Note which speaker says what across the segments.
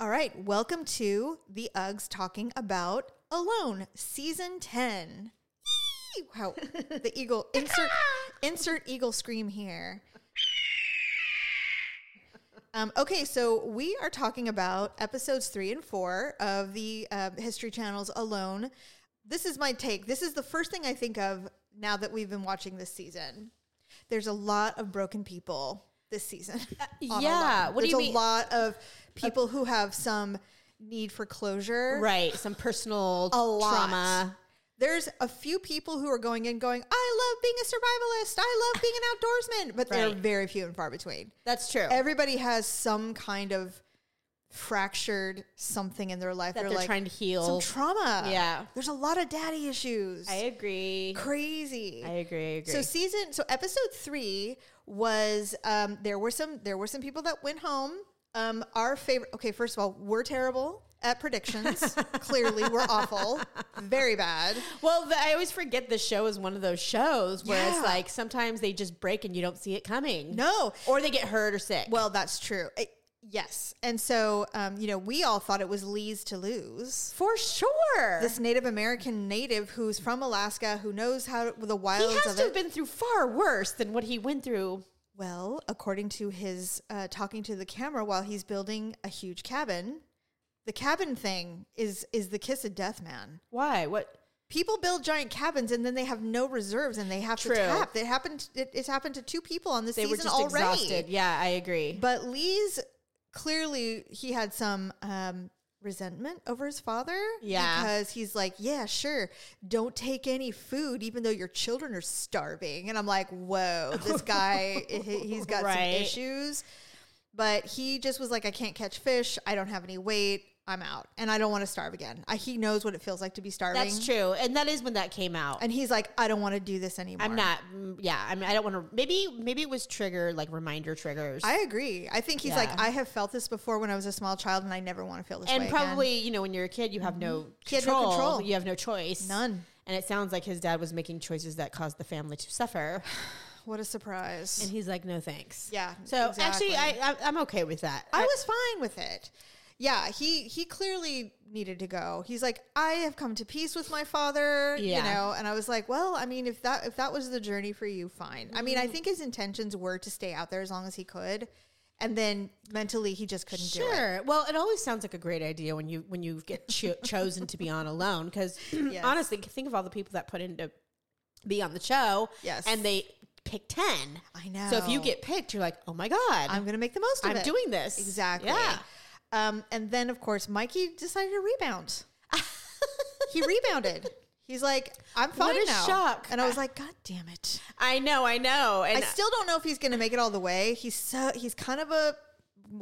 Speaker 1: All right, welcome to the Uggs talking about Alone, season ten. Yee! How the eagle insert insert eagle scream here. Um, okay, so we are talking about episodes three and four of the uh, History Channel's Alone. This is my take. This is the first thing I think of now that we've been watching this season. There's a lot of broken people this season. on
Speaker 2: Uh, yeah,
Speaker 1: Alone.
Speaker 2: what do
Speaker 1: There's
Speaker 2: you
Speaker 1: a
Speaker 2: mean?
Speaker 1: lot of people who have some need for closure.
Speaker 2: Right. Some personal
Speaker 1: A lot.
Speaker 2: trauma.
Speaker 1: There's a few people who are going in going, I love being a survivalist. I love being an outdoorsman. But they're
Speaker 2: Right.
Speaker 1: very few and far between.
Speaker 2: That's true.
Speaker 1: Everybody has some kind of fractured something in their life.
Speaker 2: that they're,
Speaker 1: like
Speaker 2: trying to
Speaker 1: some
Speaker 2: heal.
Speaker 1: trauma.
Speaker 2: Yeah.
Speaker 1: There's a lot of daddy issues.
Speaker 2: I agree.
Speaker 1: Crazy.
Speaker 2: I agree. I agree.
Speaker 1: So season so episode three was um there were some there were some people that went home. Um our favorite okay, first of all, we're terrible at predictions. Clearly, we're awful. Very bad.
Speaker 2: well, the, I always forget the show is one of those shows where
Speaker 1: Yeah.
Speaker 2: it's like sometimes they just break and you don't see it coming.
Speaker 1: No.
Speaker 2: Or they get hurt or sick.
Speaker 1: Well, that's true. It- yes. And so um, you know, we all thought it was Lee's to lose.
Speaker 2: for sure.
Speaker 1: This Native American native who's from Alaska who knows how the
Speaker 2: he
Speaker 1: wilds
Speaker 2: has
Speaker 1: of
Speaker 2: to
Speaker 1: it.
Speaker 2: have been through far worse than what he went through.
Speaker 1: Well, according to his uh, talking to the camera while he's building a huge cabin, the cabin thing is is the kiss of death, man.
Speaker 2: Why? What?
Speaker 1: People build giant cabins and then they have no reserves and they have
Speaker 2: True.
Speaker 1: to tap. It happened. It, it's happened to two people on this
Speaker 2: They were
Speaker 1: season
Speaker 2: just
Speaker 1: already.
Speaker 2: exhausted. Yeah, I agree.
Speaker 1: But Lee's clearly he had some um, resentment over his father.
Speaker 2: Yeah.
Speaker 1: Because he's like, yeah, sure, don't take any food, even though your children are starving. And I'm like, whoa, this guy, he- he's got
Speaker 2: Right.
Speaker 1: some issues. But he just was like, I can't catch fish. I don't have any weight. I'm out. And I don't want to starve again. I, he knows what it feels like to be starving.
Speaker 2: That's true. And that is when that came out.
Speaker 1: And he's like, I don't want to do this anymore.
Speaker 2: I'm not. mm, Yeah, I mean, I don't want to. Maybe, maybe it was trigger like reminder triggers,
Speaker 1: I agree. I think he's
Speaker 2: Yeah.
Speaker 1: like, I have felt this before when I was a small child, and I never want to feel this way
Speaker 2: and
Speaker 1: again."
Speaker 2: probably you know when you're a Mhm. kid, you have no
Speaker 1: He had no
Speaker 2: control,
Speaker 1: control.
Speaker 2: You have no choice.
Speaker 1: None.
Speaker 2: And it sounds like his dad was making choices that caused the family to suffer,
Speaker 1: What a surprise.
Speaker 2: and he's like, "No thanks."
Speaker 1: Yeah,
Speaker 2: So
Speaker 1: exactly.
Speaker 2: actually, I, I I'm okay with that.
Speaker 1: I was fine with it. Yeah, he he clearly needed to go. He's like, I have come to peace with my father, you
Speaker 2: Yeah.
Speaker 1: know. And I was like, well, I mean, if that if that was the journey for you, fine. I
Speaker 2: Mm-hmm.
Speaker 1: mean, I think his intentions were to stay out there as long as he could, and then mentally he just couldn't do it.
Speaker 2: Sure. Well, it always sounds like a great idea when you when you get cho- chosen to be on alone because honestly, think of all the people that put into be on the show.
Speaker 1: Yes.
Speaker 2: And they pick ten.
Speaker 1: I know.
Speaker 2: So if you get picked, you're like, oh my god,
Speaker 1: I'm gonna make the most of
Speaker 2: I'm
Speaker 1: it.
Speaker 2: doing this.
Speaker 1: exactly.
Speaker 2: Yeah.
Speaker 1: Um, and then of course Mikey decided to rebound. he rebounded. He's like, I'm fine
Speaker 2: What a
Speaker 1: now.
Speaker 2: shock.
Speaker 1: And I was like, God damn it.
Speaker 2: I know, I know.
Speaker 1: I
Speaker 2: And
Speaker 1: still don't know if he's going to make it all the way. He's so he's kind of a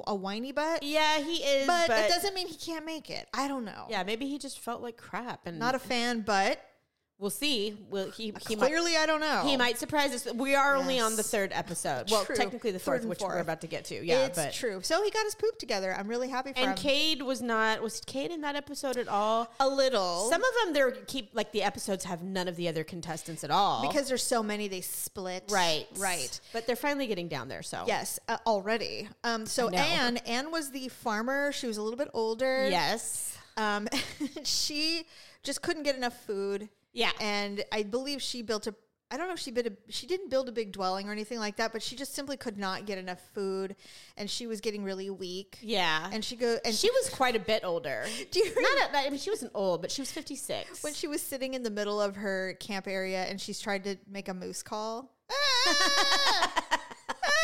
Speaker 1: a whiny butt,
Speaker 2: yeah, he is.
Speaker 1: but,
Speaker 2: But,
Speaker 1: that doesn't mean he can't make it. I don't know.
Speaker 2: Yeah, maybe he just felt like crap, and
Speaker 1: not a fan, but
Speaker 2: we'll see. Will he? He might.
Speaker 1: clearly I don't know.
Speaker 2: He might surprise us. We are only on the
Speaker 1: Yes.
Speaker 2: third episode. Well,
Speaker 1: True.
Speaker 2: technically the
Speaker 1: Third
Speaker 2: fourth,
Speaker 1: and
Speaker 2: which
Speaker 1: fourth.
Speaker 2: we're about to get to. Yeah,
Speaker 1: it's
Speaker 2: but
Speaker 1: true. So he got his poop together. I'm really happy for him.
Speaker 2: and Cade was not. Was Cade in that episode at all?
Speaker 1: a little
Speaker 2: Some of them, they keep like the episodes have none of the other contestants at all.
Speaker 1: because there's so many they split.
Speaker 2: right,
Speaker 1: right.
Speaker 2: But they're finally getting down there. So
Speaker 1: Yes, uh, already. Um, so
Speaker 2: know.
Speaker 1: Anne, Anne was the farmer. She was a little bit older.
Speaker 2: yes,
Speaker 1: Um, she just couldn't get enough food.
Speaker 2: yeah.
Speaker 1: and I believe she built a. I don't know if she built a. She didn't build a big dwelling or anything like that, but she just simply could not get enough food, and she was getting really weak.
Speaker 2: yeah,
Speaker 1: And she go and
Speaker 2: she was quite a bit older.
Speaker 1: Do you remember
Speaker 2: Not, a, I mean, she wasn't old, but she was fifty six.
Speaker 1: when she was sitting in the middle of her camp area and she's tried to make a moose call? Ah!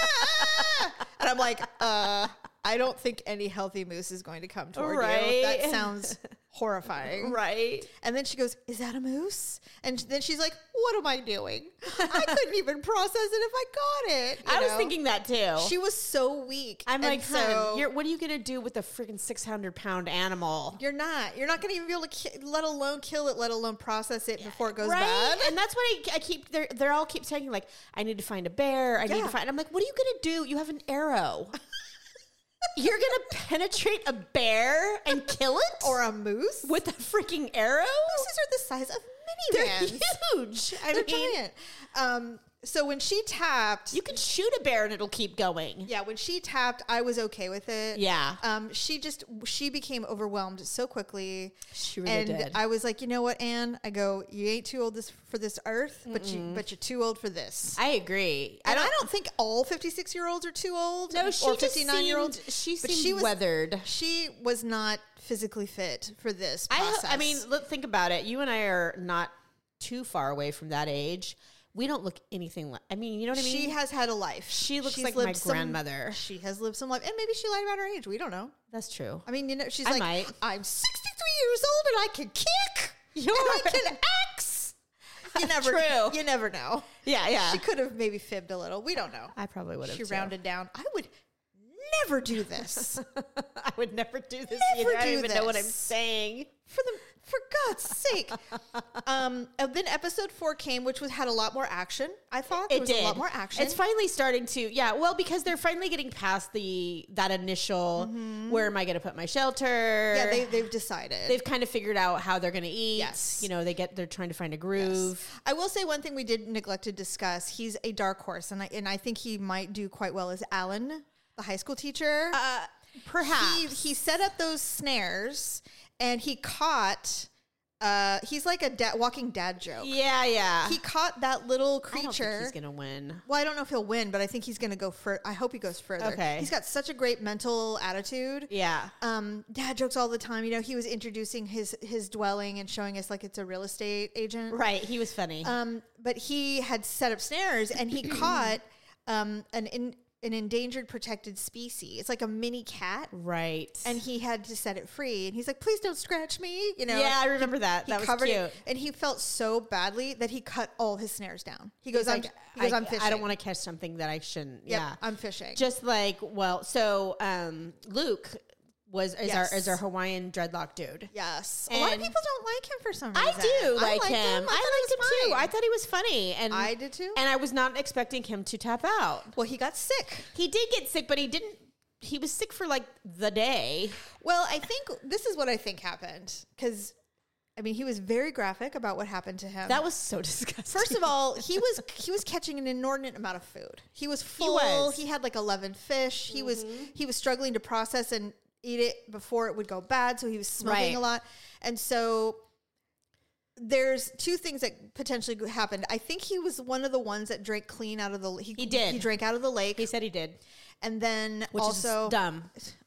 Speaker 1: Ah! and I'm like, uh, I don't think any healthy moose is going to come toward you. That
Speaker 2: Right.
Speaker 1: sounds horrifying.
Speaker 2: right?
Speaker 1: And then she goes, Is that a moose? And then she's like, What am I doing? I couldn't even process it if I got it. you
Speaker 2: I was
Speaker 1: know?
Speaker 2: thinking that too.
Speaker 1: she was so weak.
Speaker 2: I'm
Speaker 1: And
Speaker 2: like, so you're, what are you gonna do with a freaking six hundred pound animal?
Speaker 1: you're not. You're not going to even be able to, ki- let alone kill it, let alone process it before it goes
Speaker 2: Right,
Speaker 1: bad.
Speaker 2: and that's what I, I keep. They're, they're all keep saying like, I need to find a bear. I need
Speaker 1: Yeah.
Speaker 2: to find. I'm like, what are you gonna do? You have an arrow. you're gonna penetrate a bear and kill it,
Speaker 1: Or a moose.
Speaker 2: with a freaking arrow?
Speaker 1: Mooses are the size of
Speaker 2: They're
Speaker 1: minivans.
Speaker 2: huge. I
Speaker 1: They're
Speaker 2: mean,
Speaker 1: giant. Um, So when she tapped,
Speaker 2: You can shoot a bear and it'll keep going.
Speaker 1: yeah, when she tapped, I was okay with it.
Speaker 2: Yeah.
Speaker 1: Um, she just she became overwhelmed so quickly.
Speaker 2: She really
Speaker 1: and
Speaker 2: did.
Speaker 1: I was like, you know what, Anne? I go, you ain't too old this for this earth, but you but you're too old for this.
Speaker 2: I agree.
Speaker 1: and I don't think all 56 year olds are too old.
Speaker 2: No, she
Speaker 1: or
Speaker 2: just
Speaker 1: 59 year olds.
Speaker 2: seemed- she
Speaker 1: But
Speaker 2: seemed
Speaker 1: she was-
Speaker 2: weathered.
Speaker 1: She was not physically fit for this
Speaker 2: I, ho-
Speaker 1: process.
Speaker 2: I mean, let think about it. You and I are not too far away from that age. We don't look anything like. I mean, you know what I mean.
Speaker 1: she has had a life.
Speaker 2: She looks
Speaker 1: She's
Speaker 2: like my
Speaker 1: lived some-
Speaker 2: grandmother.
Speaker 1: she has lived some life, and maybe she lied about her age. We don't know.
Speaker 2: That's true.
Speaker 1: I mean, you know, she's
Speaker 2: I
Speaker 1: like,
Speaker 2: might.
Speaker 1: I'm 63 years old and I can kick. and I
Speaker 2: You're-
Speaker 1: can axe. You never,
Speaker 2: True.
Speaker 1: You never know.
Speaker 2: Yeah, yeah.
Speaker 1: She could have maybe fibbed a little. We don't know.
Speaker 2: I probably would have.
Speaker 1: She
Speaker 2: too.
Speaker 1: rounded down. I would never do this
Speaker 2: I would never do this
Speaker 1: Never
Speaker 2: either. I
Speaker 1: do
Speaker 2: don't even know what I'm
Speaker 1: this.
Speaker 2: saying.
Speaker 1: for the for God's sake. Um, and then episode four came, which was had a lot more action. I thought there
Speaker 2: It
Speaker 1: was
Speaker 2: did
Speaker 1: a lot more action.
Speaker 2: It's finally starting to. Yeah, well, because they're finally getting past the that initial. Where am I going to put my shelter?
Speaker 1: Mm-hmm. yeah, they they've decided.
Speaker 2: they've kind of figured out how they're going to eat.
Speaker 1: Yes.
Speaker 2: You know, they get they're trying to find a groove.
Speaker 1: I will say one thing we did neglect to discuss. He's a dark horse, and I and I think he might do quite well as Alan, the high school teacher.
Speaker 2: Uh, perhaps.
Speaker 1: he, he set up those snares, and he caught. Uh, he's like a da- walking dad joke.
Speaker 2: yeah, yeah.
Speaker 1: He caught that little
Speaker 2: I don't think
Speaker 1: creature.
Speaker 2: he's going to win.
Speaker 1: well, I don't know if he'll win, but I think he's going to go fur. I hope he goes further.
Speaker 2: Okay.
Speaker 1: He's got such a great mental attitude.
Speaker 2: Yeah.
Speaker 1: Um, dad jokes all the time. You know, he was introducing his his dwelling and showing us like it's a real estate agent.
Speaker 2: Right. He was funny.
Speaker 1: Um, but he had set up snares and he caught um, an in, an endangered protected species. It's like a mini cat,
Speaker 2: right.
Speaker 1: and he had to set it free. And he's like, "Please don't scratch me," you know.
Speaker 2: yeah, I remember that.
Speaker 1: He
Speaker 2: That was
Speaker 1: covered
Speaker 2: cute.
Speaker 1: it, and he felt so badly that he cut all his snares down. He goes,
Speaker 2: It's
Speaker 1: "I'm,
Speaker 2: like,
Speaker 1: he goes,
Speaker 2: I,
Speaker 1: I'm fishing.
Speaker 2: I don't want to catch something that I shouldn't.
Speaker 1: Yep,
Speaker 2: Yeah.
Speaker 1: I'm fishing.
Speaker 2: Just like well, so um, Luke was is
Speaker 1: Yes.
Speaker 2: our is our Hawaiian dreadlock dude.
Speaker 1: yes. A lot of
Speaker 2: And-
Speaker 1: people don't like him for some
Speaker 2: I
Speaker 1: reason.
Speaker 2: do like
Speaker 1: liked
Speaker 2: him.
Speaker 1: thought he
Speaker 2: I liked
Speaker 1: was
Speaker 2: him too.
Speaker 1: fine.
Speaker 2: I thought he was funny, and
Speaker 1: I did too.
Speaker 2: And I was not expecting him to tap out.
Speaker 1: well, he got sick.
Speaker 2: He did get sick, but he didn't. He was sick for like the day.
Speaker 1: Well, I think this is what I think happened because, I mean, he was very graphic about what happened to him.
Speaker 2: That was so disgusting.
Speaker 1: First of all, he was he was catching an inordinate amount of food. He was full. He,
Speaker 2: was. Mm-hmm.
Speaker 1: had like eleven fish. He was he was struggling to process and eat it before it would go bad. So he was smoking
Speaker 2: Right.
Speaker 1: a lot, and so there's two things that potentially g- happened. I think he was one of the ones that drank clean out of the. He,
Speaker 2: did.
Speaker 1: He drank out of the lake,
Speaker 2: he said he did,
Speaker 1: and then
Speaker 2: which
Speaker 1: also
Speaker 2: is dumb.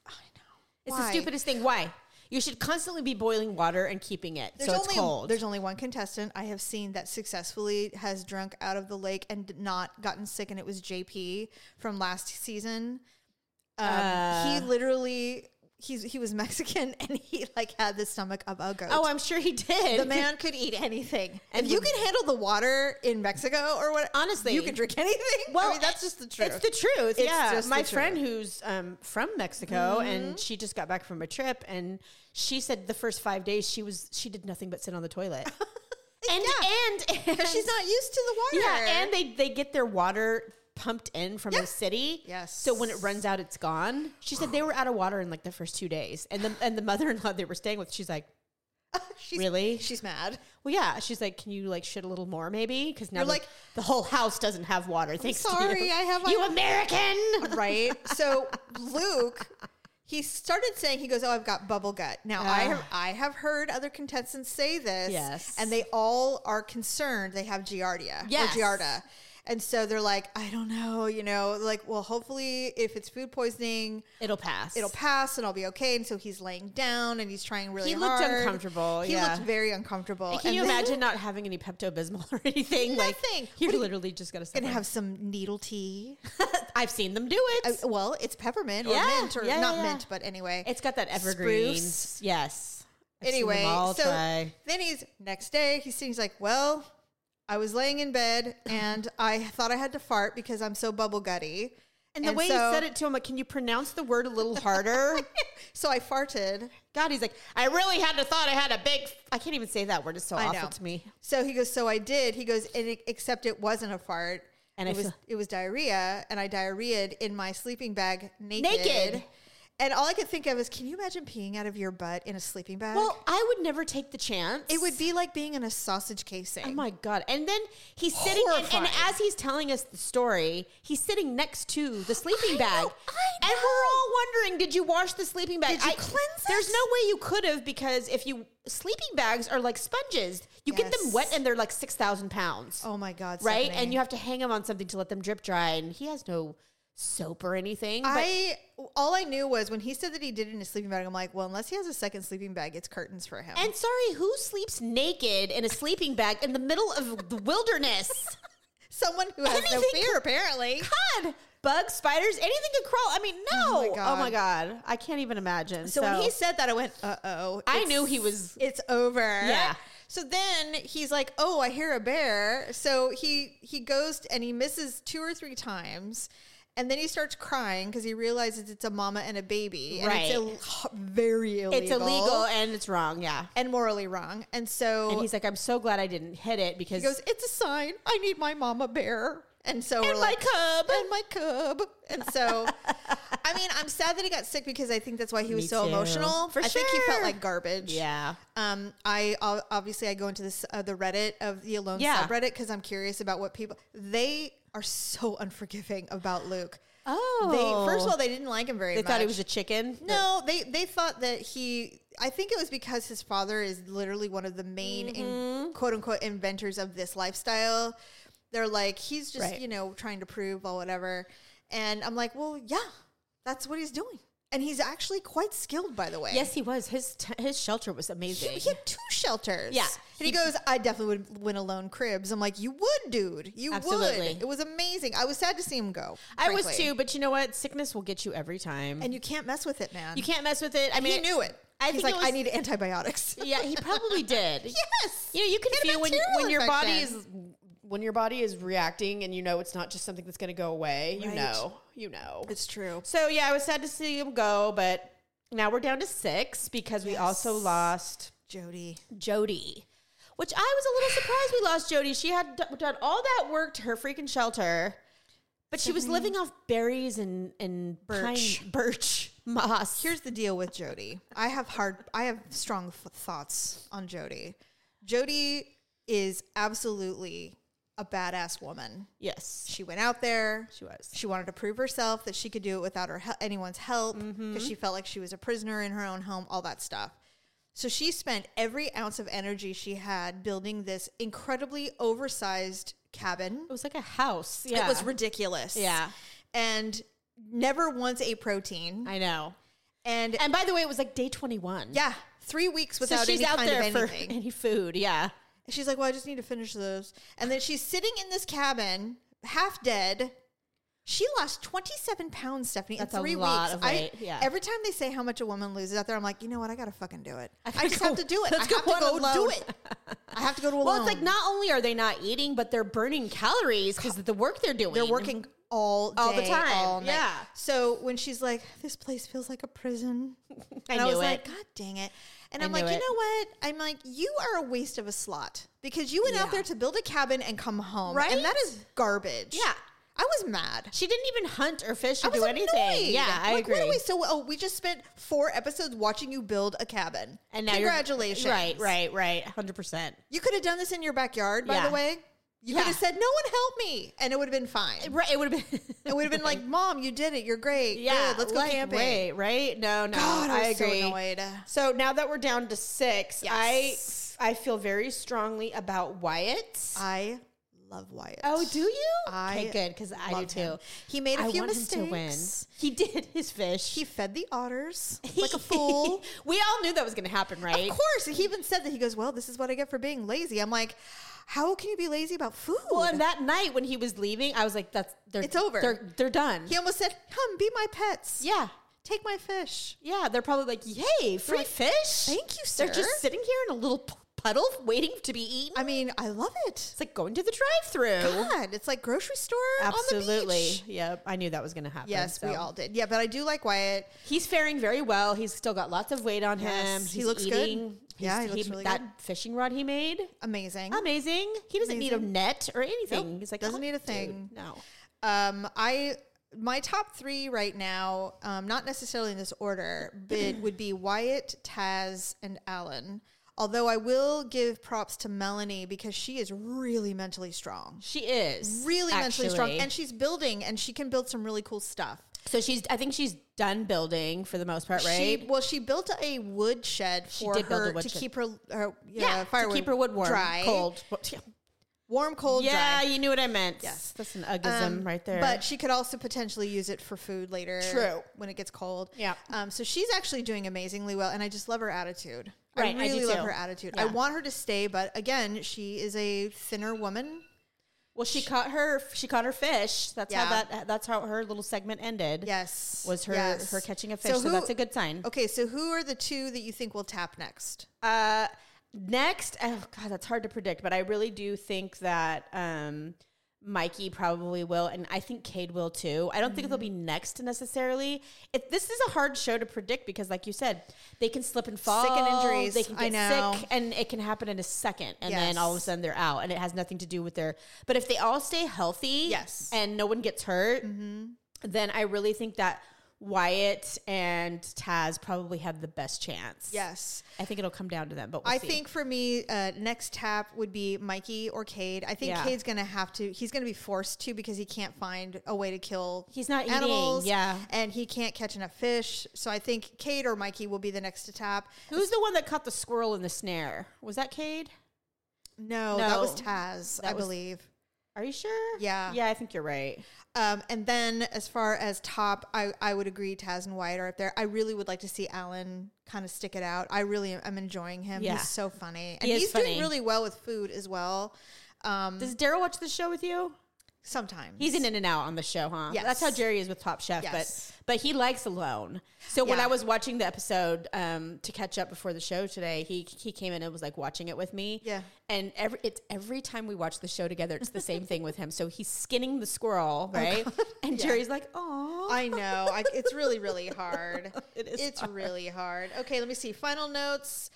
Speaker 1: I know.
Speaker 2: It's
Speaker 1: Why?
Speaker 2: the stupidest thing. Why? You should constantly be boiling water and keeping it so it's
Speaker 1: only
Speaker 2: cold.
Speaker 1: there's only one contestant I have seen that successfully has drunk out of the lake and did not gotten sick, and it was JP from last season. Um, he
Speaker 2: Uh.
Speaker 1: literally he's he was Mexican and he like had the stomach of a goat.
Speaker 2: oh, I'm sure he did.
Speaker 1: the man could eat anything.
Speaker 2: And
Speaker 1: if you
Speaker 2: would-
Speaker 1: can handle the water in Mexico or what,
Speaker 2: Honestly.
Speaker 1: you can drink anything. Well, I mean, that's just the truth.
Speaker 2: It's the truth. yeah,
Speaker 1: just the
Speaker 2: my
Speaker 1: truth. Mm-hmm.
Speaker 2: friend who's um, from Mexico and she just got back from a trip, and she said the first five days she was she did nothing but sit on the toilet. and, and and
Speaker 1: because she's not used to the water.
Speaker 2: Yeah, and they they get their water pumped in from
Speaker 1: Yeah.
Speaker 2: the city.
Speaker 1: Yes.
Speaker 2: So when it runs out, it's gone. She said they were out of water in like the first two days, and the and the mother in law they were staying with, she's like,
Speaker 1: she's,
Speaker 2: Really?
Speaker 1: she's mad.
Speaker 2: well, yeah. She's like, can you like shit a little more maybe? Because now
Speaker 1: You're
Speaker 2: the-
Speaker 1: like-
Speaker 2: the whole house doesn't have water. Thanks. to you."
Speaker 1: sorry, I have my
Speaker 2: you
Speaker 1: own-
Speaker 2: American.
Speaker 1: right? So Luke, he started saying he goes, "Oh, I've got bubble gut." Now I have,
Speaker 2: Ah.
Speaker 1: I have heard other contestants say this,
Speaker 2: Yes.
Speaker 1: and they all are concerned they have giardia
Speaker 2: Yes.
Speaker 1: or giarda, and so they're like, "I don't know," you know, like, well, hopefully, if it's food poisoning.
Speaker 2: It'll pass.
Speaker 1: It'll pass and I'll be okay. And so he's laying down and he's trying really
Speaker 2: He
Speaker 1: hard.
Speaker 2: looked uncomfortable,
Speaker 1: He
Speaker 2: yeah.
Speaker 1: looked very uncomfortable.
Speaker 2: Can
Speaker 1: And
Speaker 2: you
Speaker 1: then-
Speaker 2: imagine not having any Pepto Bismol or anything?
Speaker 1: Nothing.
Speaker 2: Like you're
Speaker 1: What are you
Speaker 2: literally just gonna
Speaker 1: And
Speaker 2: suffer.
Speaker 1: have some needle tea.
Speaker 2: I've seen them do
Speaker 1: Uh,
Speaker 2: it.
Speaker 1: well, it's peppermint or
Speaker 2: Yeah,
Speaker 1: mint or
Speaker 2: yeah,
Speaker 1: not
Speaker 2: yeah, yeah.
Speaker 1: mint, but anyway.
Speaker 2: it's got that evergreen.
Speaker 1: Spruce.
Speaker 2: Yes. I've seen them
Speaker 1: anyway,
Speaker 2: all
Speaker 1: so
Speaker 2: try.
Speaker 1: then he's next day. He's sitting, he's like, "Well, I was laying in bed and I thought I had to fart because I'm so bubble gutty."
Speaker 2: And the way
Speaker 1: so-
Speaker 2: you said it to him, like, can you pronounce the word a little harder?
Speaker 1: so I farted.
Speaker 2: God, he's like, I really had to thought I had a big. I can't even say that word. It's so
Speaker 1: I
Speaker 2: awful
Speaker 1: know.
Speaker 2: to me.
Speaker 1: So he goes, "So I did." He goes, and it, "Except it wasn't a fart."
Speaker 2: And
Speaker 1: it
Speaker 2: I
Speaker 1: was
Speaker 2: feel-
Speaker 1: it was diarrhea, and I diarrheaed in my sleeping bag naked.
Speaker 2: Naked.
Speaker 1: And all I could think of is, can you imagine peeing out of your butt in a sleeping bag?
Speaker 2: Well, I would never take the chance.
Speaker 1: it would be like being in a sausage casing.
Speaker 2: Oh my god! And then he's sitting, and, and
Speaker 1: Horrifying.
Speaker 2: as he's telling us the story, he's sitting next to the sleeping
Speaker 1: I
Speaker 2: bag,
Speaker 1: know, I
Speaker 2: and we're all wondering, did you wash the sleeping bag?
Speaker 1: Did you cleanse
Speaker 2: There's
Speaker 1: it?
Speaker 2: no way you could have because if you sleeping bags are like sponges, you get them
Speaker 1: Yes.
Speaker 2: wet and they're like six thousand pounds,
Speaker 1: oh my god!
Speaker 2: right?
Speaker 1: Stephanie.
Speaker 2: And you have to hang them on something to let them drip dry, and he has no soap or anything. but-
Speaker 1: I all I knew was when he said that he did it in a sleeping bag. I'm like, well, unless he has a second sleeping bag, it's curtains for him.
Speaker 2: and sorry, who sleeps naked in a sleeping bag in the middle of the wilderness?
Speaker 1: Someone who has no
Speaker 2: Anything
Speaker 1: fear, apparently.
Speaker 2: God, bugs, spiders, anything could crawl. I mean, no.
Speaker 1: Oh my God.
Speaker 2: God. I can't even imagine.
Speaker 1: So, when he said that, I went, uh oh.
Speaker 2: I knew he was-
Speaker 1: It's over.
Speaker 2: Yeah.
Speaker 1: So then he's like, oh, I hear a bear. So he he goes and he misses two or three times. And then he starts crying because he realizes it's a mama and a baby. And It's
Speaker 2: Right.
Speaker 1: Ill- very illegal.
Speaker 2: it's illegal and it's wrong, yeah.
Speaker 1: and morally wrong. And so
Speaker 2: And he's like, I'm so glad I didn't hit it because
Speaker 1: He goes, "It's a sign. I need my mama bear." And so we're
Speaker 2: and my
Speaker 1: like,
Speaker 2: cub.
Speaker 1: "And my cub." And so, I mean, I'm sad that he got sick because I think that's why he was
Speaker 2: Me
Speaker 1: so
Speaker 2: too.
Speaker 1: emotional.
Speaker 2: For
Speaker 1: I think he felt
Speaker 2: sure.
Speaker 1: like garbage.
Speaker 2: Yeah.
Speaker 1: Um. I ob- obviously I go into this uh, the Reddit of the alone
Speaker 2: Yeah.
Speaker 1: subreddit because I'm curious about what people they are so unforgiving about Luke.
Speaker 2: Oh.
Speaker 1: They first of all they didn't like him very
Speaker 2: they
Speaker 1: much.
Speaker 2: thought he was a chicken.
Speaker 1: No, they they thought that he. I think it was because his father is literally one of the main
Speaker 2: Mm-hmm.
Speaker 1: in, quote unquote inventors of this lifestyle. They're like he's just
Speaker 2: Right.
Speaker 1: you know trying to prove or whatever, and I'm like, well, yeah, that's what he's doing, and he's actually quite skilled, by the way.
Speaker 2: Yes, he was. His t- his shelter was amazing.
Speaker 1: He, he had two shelters.
Speaker 2: Yeah.
Speaker 1: And he goes, I definitely would win alone cribs. I'm like, you would, dude. You
Speaker 2: Absolutely.
Speaker 1: would. It was amazing. I was sad to see him go.
Speaker 2: I was
Speaker 1: frankly.
Speaker 2: too, but you know what? Sickness will get you every time.
Speaker 1: And you can't mess with it, man.
Speaker 2: you can't mess with it. I mean,
Speaker 1: he knew it.
Speaker 2: I
Speaker 1: He's
Speaker 2: think
Speaker 1: like,
Speaker 2: it was-
Speaker 1: I need antibiotics.
Speaker 2: Yeah, he probably did.
Speaker 1: Yes.
Speaker 2: You know, you can
Speaker 1: Get a
Speaker 2: feel when
Speaker 1: bacterial
Speaker 2: when your body
Speaker 1: infection.
Speaker 2: is when your body is reacting, and you know it's not just something that's going to go away. You
Speaker 1: Right.
Speaker 2: know, you know.
Speaker 1: It's true.
Speaker 2: So yeah, I was sad to see him go, but now we're down to six because we also lost
Speaker 1: Jody.
Speaker 2: Jody, which I was a little surprised we lost Jody. She had d- done all that work to her freaking shelter, but she was living off berries and and
Speaker 1: Birch.
Speaker 2: pine, birch moss.
Speaker 1: Here's the deal with Jody. I have hard I have strong f- thoughts on Jody. Jody is absolutely a badass woman.
Speaker 2: yes,
Speaker 1: She went out there.
Speaker 2: she was.
Speaker 1: She wanted to prove herself that she could do it without her hel- anyone's help because
Speaker 2: Mm-hmm.
Speaker 1: she felt like she was a prisoner in her own home, all that stuff. So she spent every ounce of energy she had building this incredibly oversized cabin.
Speaker 2: It was like a house. Yeah,
Speaker 1: It was ridiculous.
Speaker 2: Yeah.
Speaker 1: And never once ate protein.
Speaker 2: I know.
Speaker 1: and
Speaker 2: And by the way, it was like day twenty one.
Speaker 1: yeah, three weeks without
Speaker 2: so she's
Speaker 1: any
Speaker 2: out
Speaker 1: kind
Speaker 2: there
Speaker 1: of
Speaker 2: for
Speaker 1: anything.
Speaker 2: any food. Yeah.
Speaker 1: And she's like, "Well, I just need to finish those." And then she's sitting in this cabin, half dead. She lost 27 pounds, Stephanie,
Speaker 2: That's
Speaker 1: in
Speaker 2: a
Speaker 1: three
Speaker 2: lot
Speaker 1: weeks.
Speaker 2: of
Speaker 1: I-
Speaker 2: weight, yeah.
Speaker 1: Every time they say how much a woman loses out there, I'm like, you know what? I gotta fucking do it. I,
Speaker 2: gotta
Speaker 1: just
Speaker 2: go-
Speaker 1: have to do it. I have
Speaker 2: let's go
Speaker 1: to
Speaker 2: on
Speaker 1: go do
Speaker 2: alone."
Speaker 1: it. I have to go to alone.
Speaker 2: Well, it's like not only are they not eating, but they're burning calories because of the work they're doing.
Speaker 1: They're working all day,
Speaker 2: All the time,
Speaker 1: all night.
Speaker 2: yeah.
Speaker 1: So when she's like, "This place feels like a prison,"
Speaker 2: I
Speaker 1: and I, was
Speaker 2: knew it.
Speaker 1: like, "God dang it!" And
Speaker 2: I
Speaker 1: I'm like,
Speaker 2: knew
Speaker 1: "You
Speaker 2: it.
Speaker 1: know what? I'm like, you are a waste of a slot because you went out
Speaker 2: Yeah.
Speaker 1: there to build a cabin and come home,
Speaker 2: Right?
Speaker 1: And that is garbage."
Speaker 2: Yeah.
Speaker 1: I was mad.
Speaker 2: She didn't even hunt or fish or
Speaker 1: I was
Speaker 2: do anything.
Speaker 1: annoyed.
Speaker 2: Yeah, I
Speaker 1: like,
Speaker 2: agree.
Speaker 1: What are we so? Oh, we just spent four episodes watching you build a cabin,
Speaker 2: and now you're-
Speaker 1: congratulations!
Speaker 2: right, right, right, hundred percent.
Speaker 1: You could have done this in your backyard, by
Speaker 2: Yeah.
Speaker 1: the way. You
Speaker 2: Yeah.
Speaker 1: could have said, "No one help me," and it would have been fine.
Speaker 2: Right, it would have been.
Speaker 1: It would have been like, "Mom, you did it. You're great.
Speaker 2: yeah,
Speaker 1: Good. let's go
Speaker 2: like,
Speaker 1: camping."
Speaker 2: Right, right. No, no,
Speaker 1: God, I,
Speaker 2: I,
Speaker 1: was
Speaker 2: agree.
Speaker 1: so annoyed.
Speaker 2: So now that we're down to six,
Speaker 1: Yes.
Speaker 2: I I feel very strongly about Wyatt.
Speaker 1: I love Wyatt.
Speaker 2: oh, do you?
Speaker 1: I
Speaker 2: okay, good because I do
Speaker 1: Loved
Speaker 2: too.
Speaker 1: him. He made a
Speaker 2: I
Speaker 1: few
Speaker 2: want
Speaker 1: mistakes.
Speaker 2: him to win. He did his fish.
Speaker 1: He fed the otters like a fool.
Speaker 2: we all knew that was going to happen,
Speaker 1: of
Speaker 2: right?
Speaker 1: course, and he even said that he goes, "Well, this is what I get for being lazy." I'm like, "How can you be lazy about food?"
Speaker 2: Well, and that night when he was leaving, I was like, "That's they're,
Speaker 1: It's over.
Speaker 2: They're they're done."
Speaker 1: he almost said, "Come, be my pets.
Speaker 2: yeah,
Speaker 1: Take my fish."
Speaker 2: yeah. They're probably like, "Yay, free
Speaker 1: like,
Speaker 2: fish!"
Speaker 1: "Thank you,
Speaker 2: They're
Speaker 1: sir."
Speaker 2: just sitting here in a little p- puddle waiting to be eaten.
Speaker 1: I mean, I love it.
Speaker 2: it's like going to the drive-through.
Speaker 1: God, it's like grocery store on the
Speaker 2: Absolutely.
Speaker 1: beach.
Speaker 2: Yep. I knew that was going to happen.
Speaker 1: Yes, we
Speaker 2: so.
Speaker 1: all did. Yeah, but I do like Wyatt.
Speaker 2: He's faring very well. He's still got lots of weight on him.
Speaker 1: Yes, he looks good. Yeah, he looks really
Speaker 2: that
Speaker 1: good.
Speaker 2: fishing rod he made.
Speaker 1: Amazing.
Speaker 2: Amazing. He doesn't need a
Speaker 1: Amazing.
Speaker 2: net or anything.
Speaker 1: Nope,
Speaker 2: He's like
Speaker 1: doesn't
Speaker 2: "Oh,
Speaker 1: need a
Speaker 2: dude,
Speaker 1: thing."
Speaker 2: no.
Speaker 1: Um, I my top three right now, um, not necessarily in this order, but would be Wyatt, Taz, and Alan. Although I will give props to Melanie because she is really mentally strong.
Speaker 2: She is
Speaker 1: Really mentally strong.
Speaker 2: actually.
Speaker 1: And she's building and she can build some really cool stuff.
Speaker 2: so she's. I think she's done building for the most part, right?
Speaker 1: She, well, she built a wood shed for
Speaker 2: did build a
Speaker 1: her
Speaker 2: wood
Speaker 1: to
Speaker 2: shed.
Speaker 1: keep her, her yeah,
Speaker 2: yeah,
Speaker 1: firewood
Speaker 2: to keep her wood warm,
Speaker 1: dry,
Speaker 2: cold.
Speaker 1: warm, cold,
Speaker 2: Yeah,
Speaker 1: dry.
Speaker 2: you knew what I meant.
Speaker 1: Yes.
Speaker 2: that's an uggism
Speaker 1: Um,
Speaker 2: right there.
Speaker 1: But she could also potentially use it for food later.
Speaker 2: True.
Speaker 1: When it gets cold.
Speaker 2: Yeah.
Speaker 1: Um, so she's actually doing amazingly well, and I just love her attitude.
Speaker 2: Right, I
Speaker 1: I
Speaker 2: do
Speaker 1: really love
Speaker 2: too.
Speaker 1: her attitude. I
Speaker 2: Yeah.
Speaker 1: want her to stay, but again, she is a thinner woman.
Speaker 2: well, she caught her. She caught her fish. That's
Speaker 1: Yeah.
Speaker 2: how that. That's how her little segment ended.
Speaker 1: Yes.
Speaker 2: was her
Speaker 1: yes.
Speaker 2: her catching a fish. So,
Speaker 1: who-
Speaker 2: that's a good sign.
Speaker 1: Okay, so who are the two that you think will tap next?
Speaker 2: Uh, next, oh god, that's hard to predict, but I really do think that um, Mikey probably will, and I think Cade will too. I don't think they'll be
Speaker 1: Mm-hmm.
Speaker 2: next necessarily. If this is a hard show to predict because, like you said, they can slip and fall,
Speaker 1: and injuries.
Speaker 2: They can
Speaker 1: I
Speaker 2: get
Speaker 1: know.
Speaker 2: sick, and it can happen in a second, and then all of a
Speaker 1: Yes.
Speaker 2: sudden they're out, and it has nothing to do with their. But if they all stay healthy,
Speaker 1: Yes. Mm-hmm.
Speaker 2: and no one gets hurt, then I really think that. Wyatt and Taz probably have the best chance.
Speaker 1: Yes.
Speaker 2: I think it'll come down to them, but we'll
Speaker 1: I
Speaker 2: see.
Speaker 1: think for me, uh, next tap would be Mikey or Cade. I think
Speaker 2: Yeah.
Speaker 1: Cade's going to have to, he's going to be forced to because he can't find a way to kill
Speaker 2: He's not eating,
Speaker 1: animals.
Speaker 2: yeah.
Speaker 1: And he can't catch enough fish. So I think Cade or Mikey will be the next to tap.
Speaker 2: who's the one that caught the squirrel in the snare? Was that Cade?
Speaker 1: No, that was
Speaker 2: No.
Speaker 1: Taz, I
Speaker 2: was-
Speaker 1: believe.
Speaker 2: Are you sure?
Speaker 1: Yeah.
Speaker 2: yeah, I think you're right.
Speaker 1: Um, and then as far as top, I, I would agree Taz and Wyatt are up there. I really would like to see Alan kind of stick it out. I really am I'm enjoying him.
Speaker 2: Yeah.
Speaker 1: He's so funny. And
Speaker 2: He is
Speaker 1: he's doing
Speaker 2: funny.
Speaker 1: really well with food as well. Um,
Speaker 2: Does Daryl watch the show with you?
Speaker 1: sometimes.
Speaker 2: He's in and out on the show, huh?
Speaker 1: Yes.
Speaker 2: that's how Jerry is with Top Chef,
Speaker 1: Yes.
Speaker 2: but but he likes alone. So when
Speaker 1: Yeah.
Speaker 2: I was watching the episode um, to catch up before the show today, he he came in and was like watching it with me.
Speaker 1: Yeah.
Speaker 2: and every it's every time we watch the show together, it's the same thing with him. So he's skinning the squirrel,
Speaker 1: Oh,
Speaker 2: right? and Jerry's like, "Oh,
Speaker 1: I know. I, it's really, really hard.
Speaker 2: It is
Speaker 1: It's really hard. Okay, let me see. Final notes.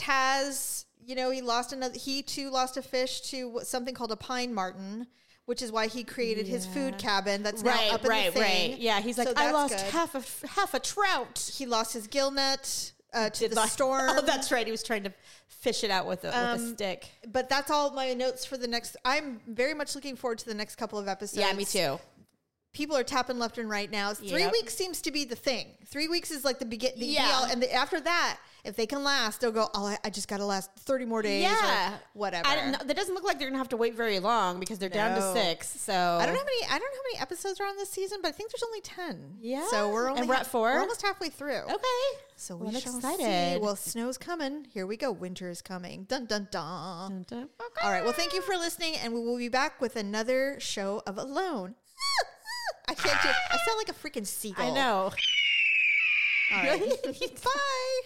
Speaker 1: Taz, you know, he lost another. He too lost a fish to what- something called a pine marten, which is why he created his food cabin. That's
Speaker 2: right,
Speaker 1: now up in
Speaker 2: right,
Speaker 1: the thing.
Speaker 2: right." Yeah, he's like,
Speaker 1: So
Speaker 2: "I
Speaker 1: that's
Speaker 2: lost
Speaker 1: good.
Speaker 2: half a f- half a trout."
Speaker 1: He lost his gill net uh, to
Speaker 2: Did
Speaker 1: the
Speaker 2: not-
Speaker 1: storm.
Speaker 2: Oh, that's right. He was trying to fish it out with a, with a stick.
Speaker 1: but that's all my notes for the next. I'm very much looking forward to the next couple of episodes. people are tapping left and right now. Three
Speaker 2: Yep.
Speaker 1: weeks seems to be the thing. Three weeks is like the begin, the
Speaker 2: Yeah.
Speaker 1: be all, and the, after that, if they can last, they'll go. Oh, I, I just got to last thirty more days. Yeah,
Speaker 2: Yeah.
Speaker 1: whatever.
Speaker 2: I don't know. That doesn't look like they're gonna have to wait very long because they're down to
Speaker 1: No.
Speaker 2: six. So I
Speaker 1: know how many. I don't know how many episodes are on this season, but I think there's only ten.
Speaker 2: Yeah.
Speaker 1: so we're
Speaker 2: And
Speaker 1: only
Speaker 2: we're
Speaker 1: ha-
Speaker 2: at four?
Speaker 1: We're almost halfway through.
Speaker 2: Okay.
Speaker 1: So
Speaker 2: Well,
Speaker 1: we
Speaker 2: I'm
Speaker 1: shall see.
Speaker 2: excited.
Speaker 1: Well, snow's coming. Here we go. Winter is coming. Dun dun dun.
Speaker 2: Dun, dun.
Speaker 1: All right. Well, thank you for listening, and we will be back with another show of Alone. I can't do. I sound like a freaking seagull.
Speaker 2: I know.
Speaker 1: All right. Bye.